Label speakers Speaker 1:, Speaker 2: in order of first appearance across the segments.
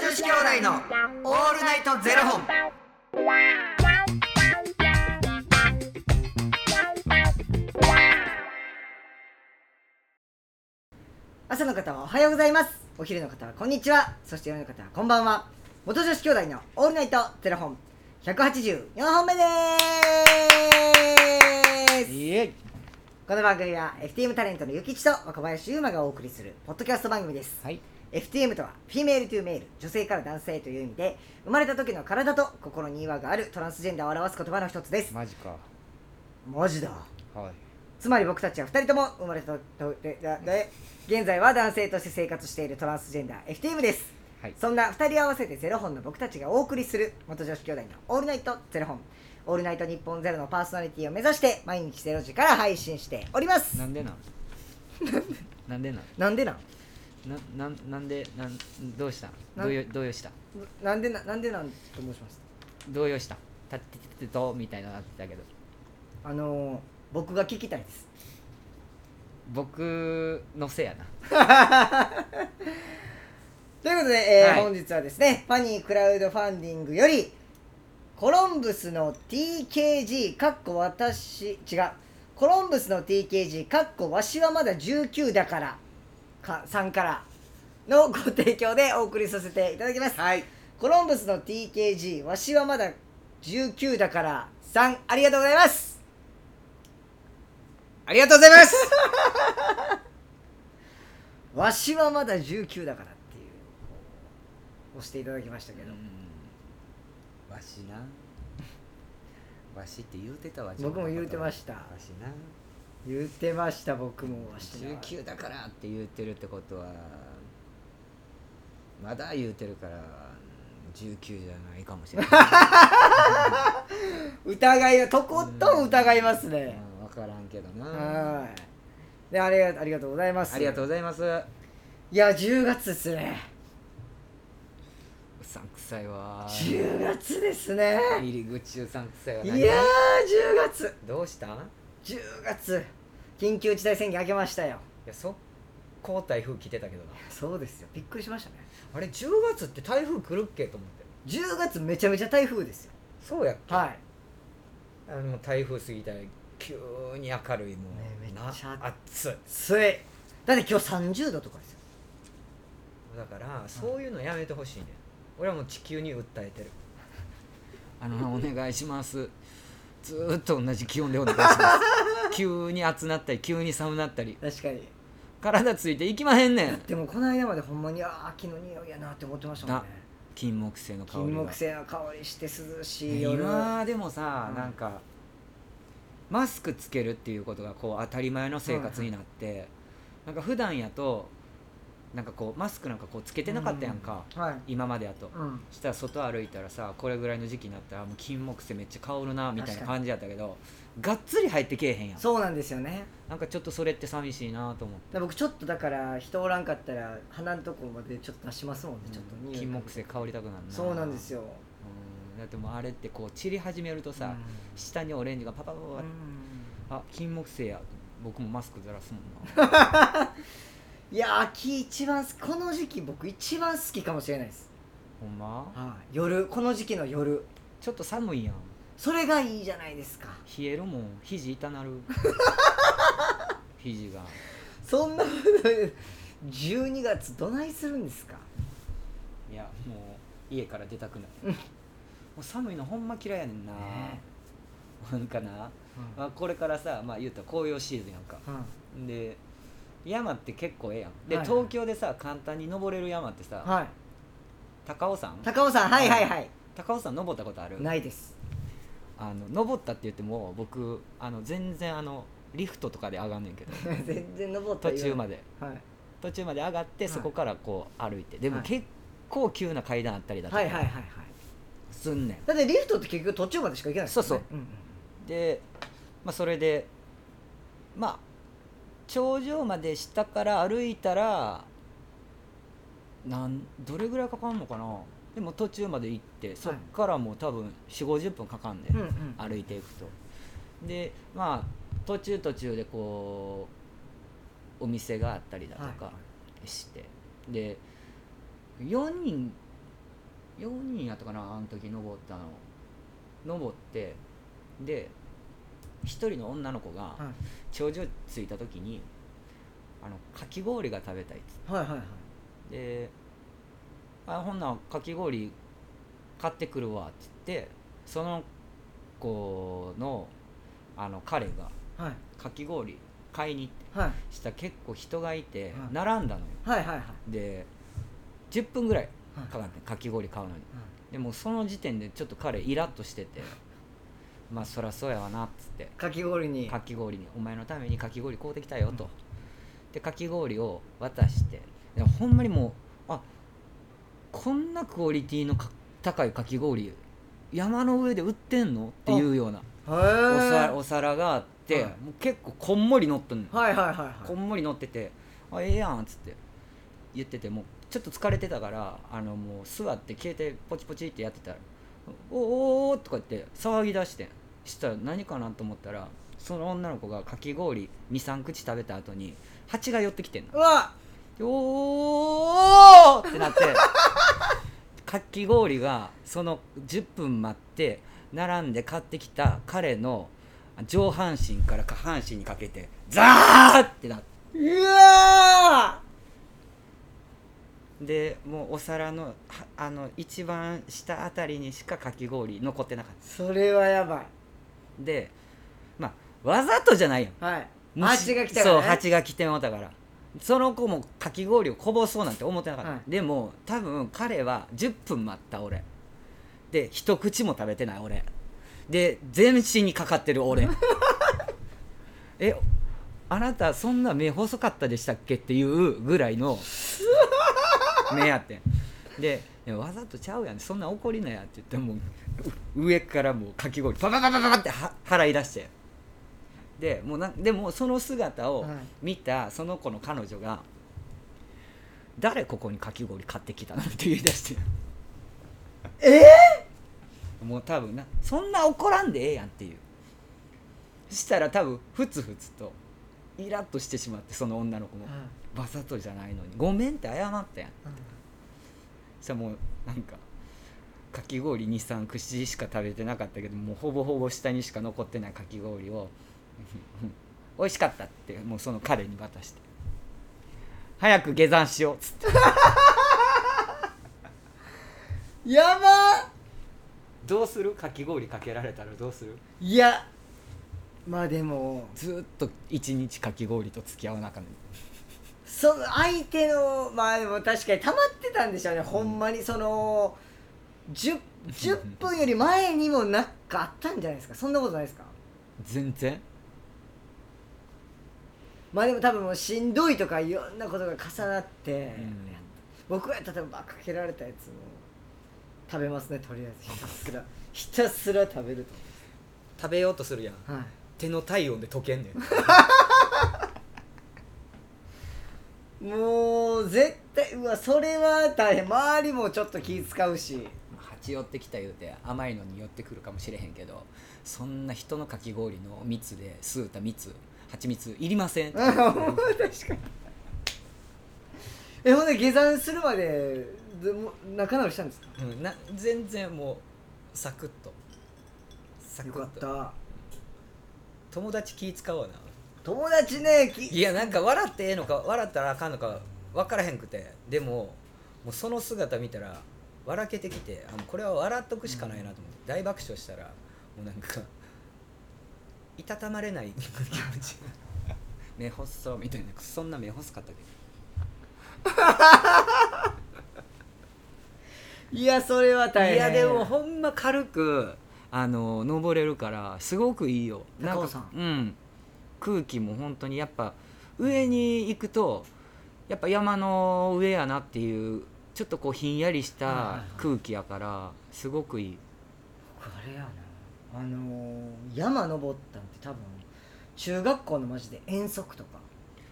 Speaker 1: 子兄弟のオールナイトゼロ本。
Speaker 2: 朝の方はおはようございますお昼の方はこんにちはそして夜の方はこんばんは元女子兄弟のオールナイトゼロ本184本目です
Speaker 3: イエイ
Speaker 2: この番組は FTM タレントのゆきちと若林優馬がお送りするポッドキャスト番組です、
Speaker 3: はい
Speaker 2: FTM とはフィメールトゥーメール女性から男性へという意味で生まれた時の体と心に違和があるトランスジェンダーを表す言葉の一つです
Speaker 3: マジか
Speaker 2: マジだ
Speaker 3: はい
Speaker 2: つまり僕たちは2人とも生まれたとでだで現在は男性として生活しているトランスジェンダー FTM です
Speaker 3: はい
Speaker 2: そんな2人合わせてゼロ本の僕たちがお送りする元女子兄弟の「オールナイトゼロ本」「オールナイト日本ゼロのパーソナリティを目指して毎日ゼロ時から配信しております
Speaker 3: なんでなんなんでなん
Speaker 2: なんでなん
Speaker 3: ななんなんでなんどうした
Speaker 2: な
Speaker 3: 動揺動揺した
Speaker 2: なんでななんでなんと申しまし
Speaker 3: 動揺したたってててとみたいなのあったけど
Speaker 2: たあのー、僕が聞きたいです
Speaker 3: 僕のせやな
Speaker 2: ということで、えー
Speaker 3: はい
Speaker 2: 本日はですねファニークラウドファンディングよりコロンブスの TKG かっこ私違うコロンブスの TKG かっこわしはまだ19だからかさんからのご提供でお送りさせていただきます、
Speaker 1: はい。
Speaker 2: コロンブスの TKG わしはまだ19だからさんありがとうございます
Speaker 1: ありがとうございます。
Speaker 2: わしはまだ19だからっていう押していただきましたけど、
Speaker 3: うんわしなわしって言うてたわ
Speaker 2: 僕も言うてました
Speaker 3: わしな
Speaker 2: 言ってました僕もわしは
Speaker 3: 19だからって言うてるってことはまだ言うてるから19じゃないかもしれない
Speaker 2: 疑いをとことん疑います
Speaker 3: うん
Speaker 2: ね、
Speaker 3: 分からんけどな
Speaker 2: はいでありがありがとうございます
Speaker 3: ありがとうご
Speaker 2: う
Speaker 3: ざいますう
Speaker 2: いや10月ですね
Speaker 3: さんくさいわ
Speaker 2: 10月ですね
Speaker 3: 入り口うさんくさいわ
Speaker 2: い
Speaker 3: 何
Speaker 2: やー10月
Speaker 3: どうしたんい
Speaker 2: 10月緊急事態宣言明けましたよ
Speaker 3: や速攻台風来てたけどな
Speaker 2: そうですよびっくりしましたね
Speaker 3: あれ10月って台風来るっけと思って
Speaker 2: 10月めちゃめちゃ台風ですよ
Speaker 3: そうやっけ
Speaker 2: はい
Speaker 3: あの台風過ぎたら急に明るいも
Speaker 2: ね
Speaker 3: う、
Speaker 2: めっ
Speaker 3: な
Speaker 2: ちゃ
Speaker 3: 暑い
Speaker 2: ついだって今日30度とかですよ
Speaker 3: だからそういうのやめてほしいね、俺はもう地球に訴えてるあのお願いしますずーっと同じ気温でお願いします 急に暑なったり急に寒なったり
Speaker 2: 確かに
Speaker 3: 体ついていきまへんねん
Speaker 2: でもこの間までほんまにあー秋の匂いやなって思ってましたもんね
Speaker 3: 金木犀の香り
Speaker 2: 金
Speaker 3: が
Speaker 2: 木犀の香りして涼しい夜
Speaker 3: 今でもさ、
Speaker 2: うん
Speaker 3: なんかマスクつけるっていうことがこう当たり前の生活になって、なんか普段やとなんかこうマスクなんかこうつけてなかったやんか、
Speaker 2: はい
Speaker 3: 今までやと、
Speaker 2: うん
Speaker 3: したら外歩いたらさこれぐらいの時期になったらもう金木犀めっちゃ香るなみたい
Speaker 2: 確
Speaker 3: な
Speaker 2: かに
Speaker 3: 感じやったけどがっつり入ってけえへんやん
Speaker 2: そうなんですよね
Speaker 3: なんかちょっとそれって寂しいなと思って、
Speaker 2: だから僕ちょっとだから人おらんかったら鼻のとこまでちょっと出しますもんね、ちょっと匂い
Speaker 3: 金木犀香りたくなるな
Speaker 2: そうなんです
Speaker 3: よ、
Speaker 2: よ
Speaker 3: うんだってもうあれってこう散り始めるとさ、下にオレンジがパパパパ
Speaker 2: うん
Speaker 3: ってあ金木犀や僕もマスクずらすもんな
Speaker 2: いや秋一番好きこの時期僕一番好きかもしれないです、
Speaker 3: ほんま
Speaker 2: はい夜この時期の夜
Speaker 3: ちょっと寒いやん
Speaker 2: それがいいじゃないですか
Speaker 3: 冷えるもん肘痛なる肘が
Speaker 2: そんなこと12月 どないするんですか
Speaker 3: いやもう家から出たくないもう寒いのほんま嫌いやねんな、
Speaker 2: ね
Speaker 3: なんかな、
Speaker 2: うん
Speaker 3: まあ、これからさまあ言うたら紅葉シーズンやんかで山って結構ええやんで、
Speaker 2: はいはい
Speaker 3: 東京でさ簡単に登れる山ってさ
Speaker 2: はい
Speaker 3: 高尾山
Speaker 2: 高尾さんはいはいはい
Speaker 3: 高尾山登ったことある
Speaker 2: ないです
Speaker 3: あの登ったって言っても僕あの全然あのリフトとかで上がんねんけ ど
Speaker 2: 全然登った
Speaker 3: 途中ま
Speaker 2: で、
Speaker 3: で
Speaker 2: はい、
Speaker 3: 途中まで上がって
Speaker 2: はい
Speaker 3: そこからこう歩いて、でも
Speaker 2: はい
Speaker 3: 結構急な階段あったりだと
Speaker 2: はいはいはい
Speaker 3: か
Speaker 2: はい
Speaker 3: すんねん、
Speaker 2: だってリフトって結局途中までしか行けないですよね
Speaker 3: そうそ
Speaker 2: うんうん
Speaker 3: で、まあ、それでまあ頂上まで下から歩いたらなんどれぐらいかかんのかなでも途中まで行ってそっからもう多分4 5 0分かかんねん、
Speaker 2: うんうん
Speaker 3: 歩いていくとでまあ途中途中でこうお店があったりだと
Speaker 2: はいは
Speaker 3: かして、で4人4人やったかなあの時登ったの登ってで一人の女の子が
Speaker 2: は
Speaker 3: 頂上着いた時にあのかき氷が食べたいっつっ
Speaker 2: はいはいはい
Speaker 3: てで「あほんならかき氷買ってくるわ」って言ってその子のあの彼が
Speaker 2: はい
Speaker 3: かき氷買いに行っ
Speaker 2: はい
Speaker 3: したら結構人がいて
Speaker 2: はい
Speaker 3: 並んだのよ
Speaker 2: はいはいはい
Speaker 3: で10分ぐらい
Speaker 2: はい
Speaker 3: かかってかき氷買うのにでもその時点でちょっと彼イラッとしててまあそらそうやわなっつって
Speaker 2: かき氷に
Speaker 3: かき氷にお前のためにかき氷買うてきたよとでかき氷を渡してでほんまにもうあこんなクオリティのか高いかき氷山の上で売ってんのっていうような
Speaker 2: へえ
Speaker 3: お
Speaker 2: は
Speaker 3: 皿
Speaker 2: い
Speaker 3: お皿があって
Speaker 2: はい
Speaker 3: もう結構こんもり乗っとんの
Speaker 2: はいはいはい
Speaker 3: こんもり乗ってて「あええやん」っつって言っててもうちょっと疲れてたからあのもう座って携帯ポチポチってやってたら「おーおーおーとか言って騒ぎ出してんしたら何かなと思ったらその女の子がかき氷23口食べた後に蜂が寄ってきてんの
Speaker 2: うわ
Speaker 3: 「おーおーおーって なってかき氷がその10分待って並んで買ってきた彼の上半身から下半身にかけてザーってなって。
Speaker 2: うわ
Speaker 3: でもうお皿のはあの一番下あたりにしかかき氷残ってなかっ
Speaker 2: それはやばい
Speaker 3: たでまあわざとじゃないよ
Speaker 2: はい
Speaker 3: もし
Speaker 2: 蜂が来たから
Speaker 3: そう
Speaker 2: ね
Speaker 3: 蜂が来てもうたからその子もかき氷をこぼそうなんて思ってなかった、
Speaker 2: はい
Speaker 3: でも多分彼は10分待った俺で一口も食べてない俺で全身にかかってる 俺えあなたそんな目細かったでしたっけっていうぐらいの目やってんでいやわざとちゃうやんそんな怒りなやって言ってもうう上からもうかき氷パパパパパパっては払い出してでもうなんでもその姿を見たその子の彼女が「誰ここにかき氷買ってきたの?」って言い出して
Speaker 2: え
Speaker 3: もう多分なそんな怒らんでええやんっていうしたら多分ふつふつとイラッとしてしまってその女の子も「わざとじゃないのにごめん」って謝ったやんそしたらもうなんかかき氷23口しか食べてなかったけどもうほぼほぼ下にしか残ってないかき氷を 「美味しかった」ってもうその彼に渡して「早く下山しよう」っつって
Speaker 2: やば
Speaker 3: 「どうするかき氷かけられたらどうする?
Speaker 2: いやまあでも」
Speaker 3: ずーっと一日かき氷と付き合わなあかんねん
Speaker 2: その相手のまあでも確かに溜まってたんでしょうね、ほんまにその 10, 10分より前にもなんかあったんじゃないですかそんなことないですか
Speaker 3: 全然
Speaker 2: まあでも多分もうしんどいとかいろんなことが重なって、
Speaker 3: うん
Speaker 2: 僕は例えばばっかけられたやつも食べますねとりあえずひたすらひたすら食べる
Speaker 3: 食べようとするやん
Speaker 2: とはい
Speaker 3: 手の体温で溶けんねん
Speaker 2: もう絶対うわそれは大変周りもちょっと気使うし
Speaker 3: 蜂寄ってきた言うて甘いのに寄ってくるかもしれへんけどそんな人のかき氷の蜜で吸うた蜜蜂蜜いりませ ん
Speaker 2: うん確かにえほんで下山するまででも仲直りしたんですか
Speaker 3: うん、な全然もうサクッとサ
Speaker 2: よかった
Speaker 3: 友達気使うわな
Speaker 2: 友達ねき
Speaker 3: いやなんか笑ってええのか笑ったらあかんのか分からへんくてでももうその姿見たら笑けてきてあもうこれは笑っとくしかないなと思って、大爆笑したらもうなんかいたたまれない気持ちが目細そうみたいなそんな目細かったけ
Speaker 2: いやそれは
Speaker 3: ど
Speaker 2: 大変
Speaker 3: いやでもほんま軽くあの登れるからすごくいいよなん
Speaker 2: 高尾
Speaker 3: か
Speaker 2: 山
Speaker 3: うん空気も本当にやっぱ上に行くとやっぱ山の上やなっていうちょっとこうひんやりし
Speaker 2: はいはいは
Speaker 3: た
Speaker 2: い
Speaker 3: 空気やからすごくいい
Speaker 2: 僕あれやなあのー山登ったんって多分中学校のマジで遠足とか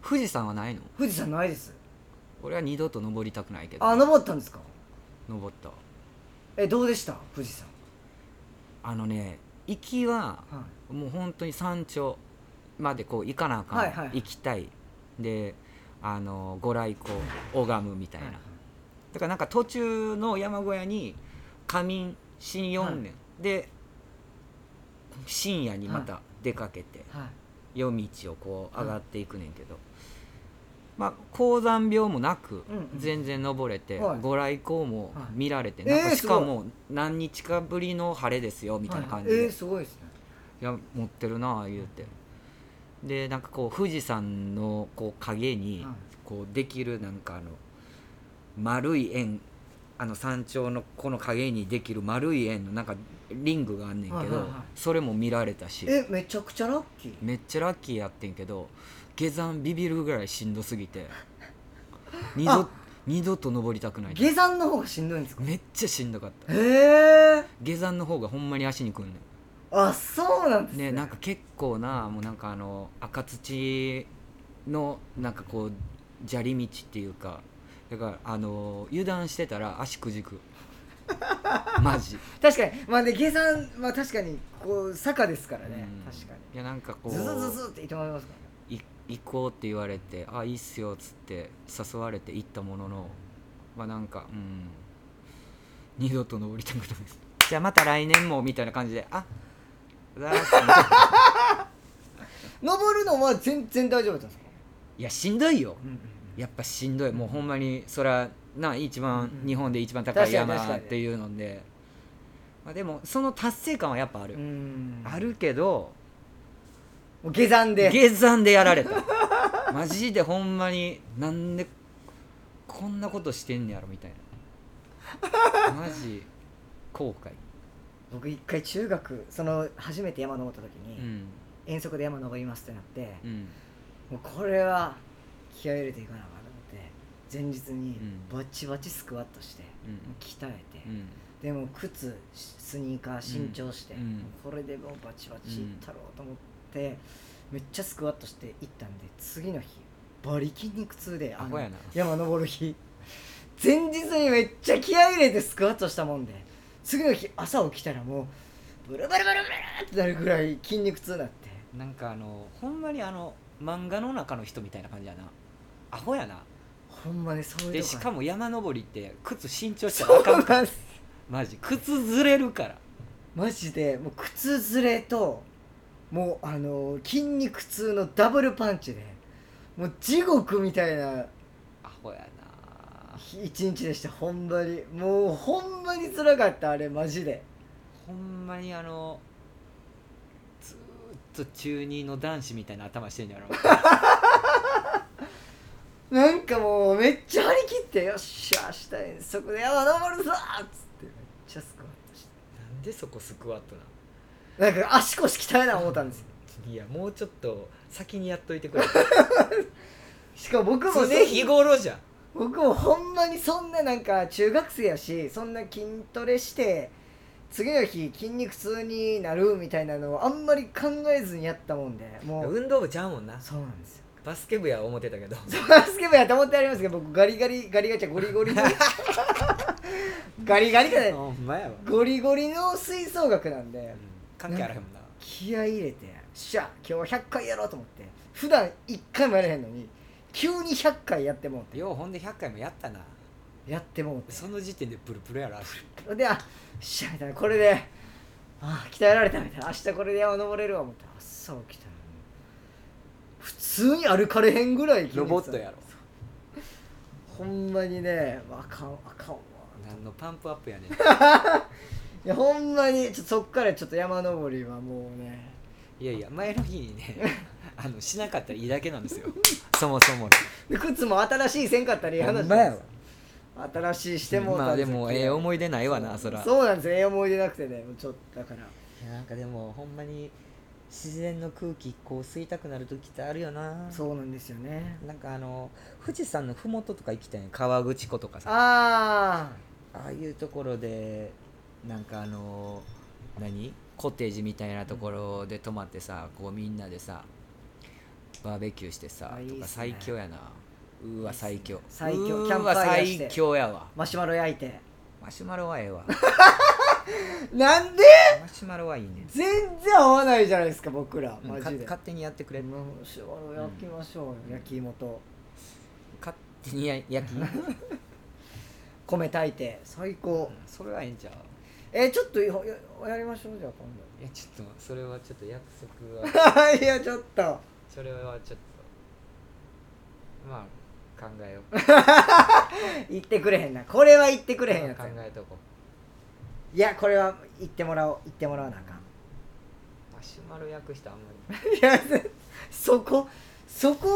Speaker 3: 富士山はないの
Speaker 2: 富士山ないです
Speaker 3: 俺は二度と登りたくないけど
Speaker 2: あ登ったんですか
Speaker 3: 登ったわ
Speaker 2: えどうでした富士山
Speaker 3: あのね行きは
Speaker 2: はい
Speaker 3: もう本当に山頂までこう行かなあかん、
Speaker 2: はいはいはい
Speaker 3: 行きたいであのご来光拝むみたいな、だからなんか途中の山小屋に仮眠しに4
Speaker 2: は
Speaker 3: 年、で深夜にまた出かけて、
Speaker 2: はい
Speaker 3: 夜道をこう上がっていくねんけど、まあ高山病もなく
Speaker 2: うんうん
Speaker 3: 全然登れて、
Speaker 2: はい
Speaker 3: ご来光も見られて、
Speaker 2: はい
Speaker 3: なん
Speaker 2: えー
Speaker 3: かしかも何日かぶりの晴れですよみたいな感じで、
Speaker 2: はいえ
Speaker 3: い
Speaker 2: ー、すごいですね
Speaker 3: や持ってるなあ言うてでなんかこう富士山のこう影に
Speaker 2: はい
Speaker 3: こうできるなんかあの丸い円あの山頂のこの影にできる丸い円のなんかリングがあんねんけど、
Speaker 2: はいはいはい
Speaker 3: それも見られたし
Speaker 2: えめちゃくちゃラッキー
Speaker 3: めっちゃラッキーやってんけど下山ビビるぐらいしんどす ぎて二度
Speaker 2: あ
Speaker 3: 二度と登りたくない
Speaker 2: 下山の方がしんどいんですか
Speaker 3: めっちゃしんどかった
Speaker 2: へえ
Speaker 3: 下山の方がほんまに足にくんね
Speaker 2: あそうなんです
Speaker 3: んねなんか結構なもうなんかあの赤土のなんかこう砂利道っていうかだからあの油断してたら足くじ くマジ、
Speaker 2: 確かにまあね下山まあ確かにこう坂ですからね、
Speaker 3: うん
Speaker 2: 確かに
Speaker 3: いやなんかこう
Speaker 2: ズズズズっていってもらいますか
Speaker 3: い行こうって言われて「あいいっすよ」っつって誘われて行ったもののまあなんかうん二度と登りたくないですじゃあまた来年もみたいな感じで「あざーす」みたいな
Speaker 2: ら登るのは全然大丈夫だったんですか、
Speaker 3: いやしんどいよ
Speaker 2: うん
Speaker 3: やっぱしんどいもうほんまにそらな一番
Speaker 2: うん
Speaker 3: 日本で一番高い
Speaker 2: 確かに確
Speaker 3: 山
Speaker 2: か
Speaker 3: っ
Speaker 2: に
Speaker 3: ていうので、まあ、でもその達成感はやっぱある、
Speaker 2: ん
Speaker 3: あるけど
Speaker 2: もう下山で
Speaker 3: 下山でやられた マジでほんまになんでこんなことしてんねやろみたいなマジ後悔
Speaker 2: 僕一回中学その初めて山登った時
Speaker 3: う
Speaker 2: に、
Speaker 3: ん
Speaker 2: 遠足で山登りますってなって、
Speaker 3: うん
Speaker 2: もうこれは気合い入れていかなあかんと思って前日に
Speaker 3: うん
Speaker 2: バチバチスクワットして、
Speaker 3: うん
Speaker 2: もう鍛えて、
Speaker 3: うん
Speaker 2: でも靴スニーカー新調して、
Speaker 3: うんうん
Speaker 2: もうこれでもうバチバチいったろうと思って、めっちゃスクワットして行ったんで次の日バリ筋肉痛で
Speaker 3: アホやな
Speaker 2: 山登る日前日にめっちゃ気合い入れてスクワットしたもんで次の日朝起きたらもうブルブルブルブルってなるぐらい筋肉痛になって
Speaker 3: なんかあのほんまにあの漫画の中の人みたいな感じやなアホやな
Speaker 2: ほんまにそうい
Speaker 3: で
Speaker 2: うと
Speaker 3: し
Speaker 2: こ
Speaker 3: か
Speaker 2: ある
Speaker 3: も山登りって靴新調したらあ
Speaker 2: そ
Speaker 3: か
Speaker 2: うん
Speaker 3: から
Speaker 2: なんです
Speaker 3: マジ靴ずれるから
Speaker 2: マジでもう靴ずれともうあの筋肉痛のダブルパンチでもう地獄みたいな
Speaker 3: アホやな
Speaker 2: 一日でしたほんまにもうほんまにつらかったあれマジで
Speaker 3: ほんまにあのずーっと中二の男子みたいな頭して んやろ
Speaker 2: なんかもうめっちゃ張り切ってよっしゃ明日遠足で山登るぞっつってめっちゃスクワットし
Speaker 3: なんでそこスクワットなの
Speaker 2: てなんか足腰鍛えな思ったんですよ
Speaker 3: いやもうちょっと先にやっとい てくれ
Speaker 2: しかも僕も
Speaker 3: 常日頃じゃん
Speaker 2: 僕もほんまにそんななんか中学生やしそんな筋トレして次の日筋肉痛になるみたいなのをあんまり考えずにやったもんでもう
Speaker 3: 運動部ちゃうもんな
Speaker 2: そうなんですよ
Speaker 3: バスケ部や思ってたけど
Speaker 2: バスケ部やと思ってありますけど僕ガリガリガリガチャゴリゴリのガリガリじゃない
Speaker 3: ほんまやわ、
Speaker 2: ゴリゴリの吹奏楽なんで
Speaker 3: 関係あらへんもんな
Speaker 2: 気合い入れてよっしゃ今日は100回やろうと思って普段1回もやれへんのに急に100回やってもうて
Speaker 3: ようほんで100回もやったな
Speaker 2: やってもうて
Speaker 3: その時点でプルプルやろ足
Speaker 2: で、あよっしゃみたいな、これで、ああ、鍛えられたみたいな、明日これで山登れるわ、思って、朝起きたらもう、普通に歩かれへんぐらい筋肉痛
Speaker 3: ロボットやろ。
Speaker 2: ほんまにね、あかん、あかんわ。
Speaker 3: 何のパンプアップやねん
Speaker 2: いや、ほんまに、ちょそっからちょっと山登りはもうね、
Speaker 3: いやいや前の日にねあのしなかったらいいだけなんですよそもそも
Speaker 2: で靴も新しいせんかったらいい話なんです
Speaker 3: ほんまやわ
Speaker 2: 新しいしてもう
Speaker 3: ま
Speaker 2: た
Speaker 3: あ
Speaker 2: ん
Speaker 3: です
Speaker 2: よ
Speaker 3: もええ思い出ないわなそら
Speaker 2: そうなんですよ、ええ思い出なくてね、もうちょっとだから。
Speaker 3: いやなんかでもほんまに自然の空気こう吸いたくなる時ってあるよな
Speaker 2: そうなんですよね。
Speaker 3: なんかあの富士山の麓とか行きたいね河口湖とかさ
Speaker 2: ああ。
Speaker 3: ああいうところでなんかあの何コテージみたいなところで泊まってさこうみんなでさバーベキューしてさ
Speaker 2: あいいっす
Speaker 3: と
Speaker 2: ね
Speaker 3: か最強やなうーわ最強
Speaker 2: 最強
Speaker 3: うーわ
Speaker 2: キャンプファイヤーして
Speaker 3: 最強やわ
Speaker 2: マシュマロ焼いて。
Speaker 3: マシュマロはえ えわ
Speaker 2: なんで
Speaker 3: マシュマロはいいね
Speaker 2: 全然合わないじゃないですか僕ら
Speaker 3: うん
Speaker 2: マ
Speaker 3: か
Speaker 2: ジで、
Speaker 3: 勝手にやってくれ
Speaker 2: もうしばらく焼きましょうよ、
Speaker 3: うん
Speaker 2: 焼き芋と
Speaker 3: 勝 手にや焼き
Speaker 2: 米炊いて最高、
Speaker 3: それはいいんちゃう
Speaker 2: えちょっとよよやりましょうじゃあ
Speaker 3: いやちょっとそれはちょっと約束は
Speaker 2: 今度 いやちょっと
Speaker 3: それはちょっとまあ考えよう
Speaker 2: 言ってくれへんなこれは言って くれへんやつ
Speaker 3: 考
Speaker 2: や
Speaker 3: えとこ
Speaker 2: いやこれは言ってもらおう言ってもらわなあかん
Speaker 3: うマシュマロ訳したあんま り
Speaker 2: いやそこそこ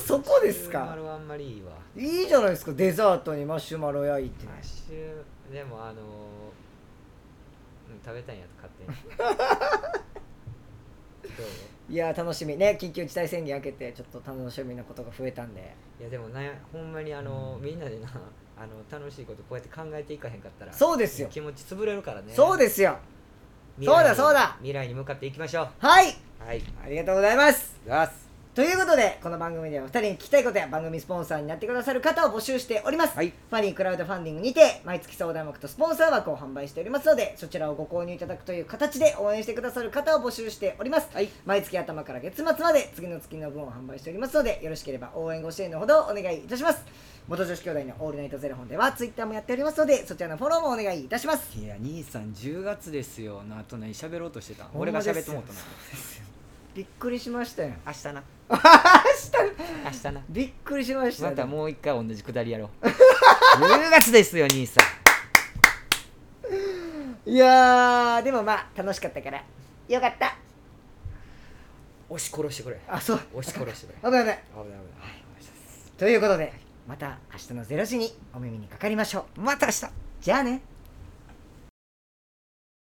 Speaker 2: そこです
Speaker 3: マシュマ
Speaker 2: か
Speaker 3: ロあんまりいいわ
Speaker 2: いいじゃないですかデザートにマシュマロ焼いて
Speaker 3: マシュでもあのーうん、食べたいんやと勝手 にどう
Speaker 2: いや楽しみね緊急事態宣言明けてちょっと楽しみなことが増えたんで
Speaker 3: いやでもなほんまにあのみんなでなあの楽しいことこうやって考えていかへんかったら
Speaker 2: そうですよ
Speaker 3: 気持ち潰れるからね
Speaker 2: そうですすよそうだそうだ
Speaker 3: 未来に向かっていきましょう
Speaker 2: はい
Speaker 3: はい
Speaker 2: ありがとうございます
Speaker 3: ガス
Speaker 2: ということでこの番組ではお二人に聞きたいことや番組スポンサーになってくださる方を募集しております、
Speaker 3: はい
Speaker 2: ファニークラウドファンディングにて毎月相談枠とスポンサー枠を販売しておりますのでそちらをご購入いただくという形で応援してくださる方を募集しております、
Speaker 3: はい
Speaker 2: 毎月頭から月末まで次の月の分を販売しておりますのでよろしければ応援ご支援のほどお願いいたします元女子兄弟のオールナイトゼロ本ではツイッターもやっておりますのでそちらのフォローもお願いいたします
Speaker 3: いや兄さん10月ですよの後何喋ろうとしてた
Speaker 2: ほん
Speaker 3: 俺
Speaker 2: ま
Speaker 3: が
Speaker 2: ですよ
Speaker 3: 喋ってもうとな
Speaker 2: びっくりしましたよ
Speaker 3: 明日な
Speaker 2: 明日
Speaker 3: 明日な
Speaker 2: びっくりしましたよ
Speaker 3: またもう一回同じくだりやろう 10月ですよ兄さ
Speaker 2: いやーでもまあ楽しかったからよかった
Speaker 3: ん押し殺してくれ
Speaker 2: あそう
Speaker 3: 押し殺してくれ
Speaker 2: 危ない危ない
Speaker 3: 危ない危ない
Speaker 2: ということでまた明日の0時にお耳にかかりましょうまた明日じゃあね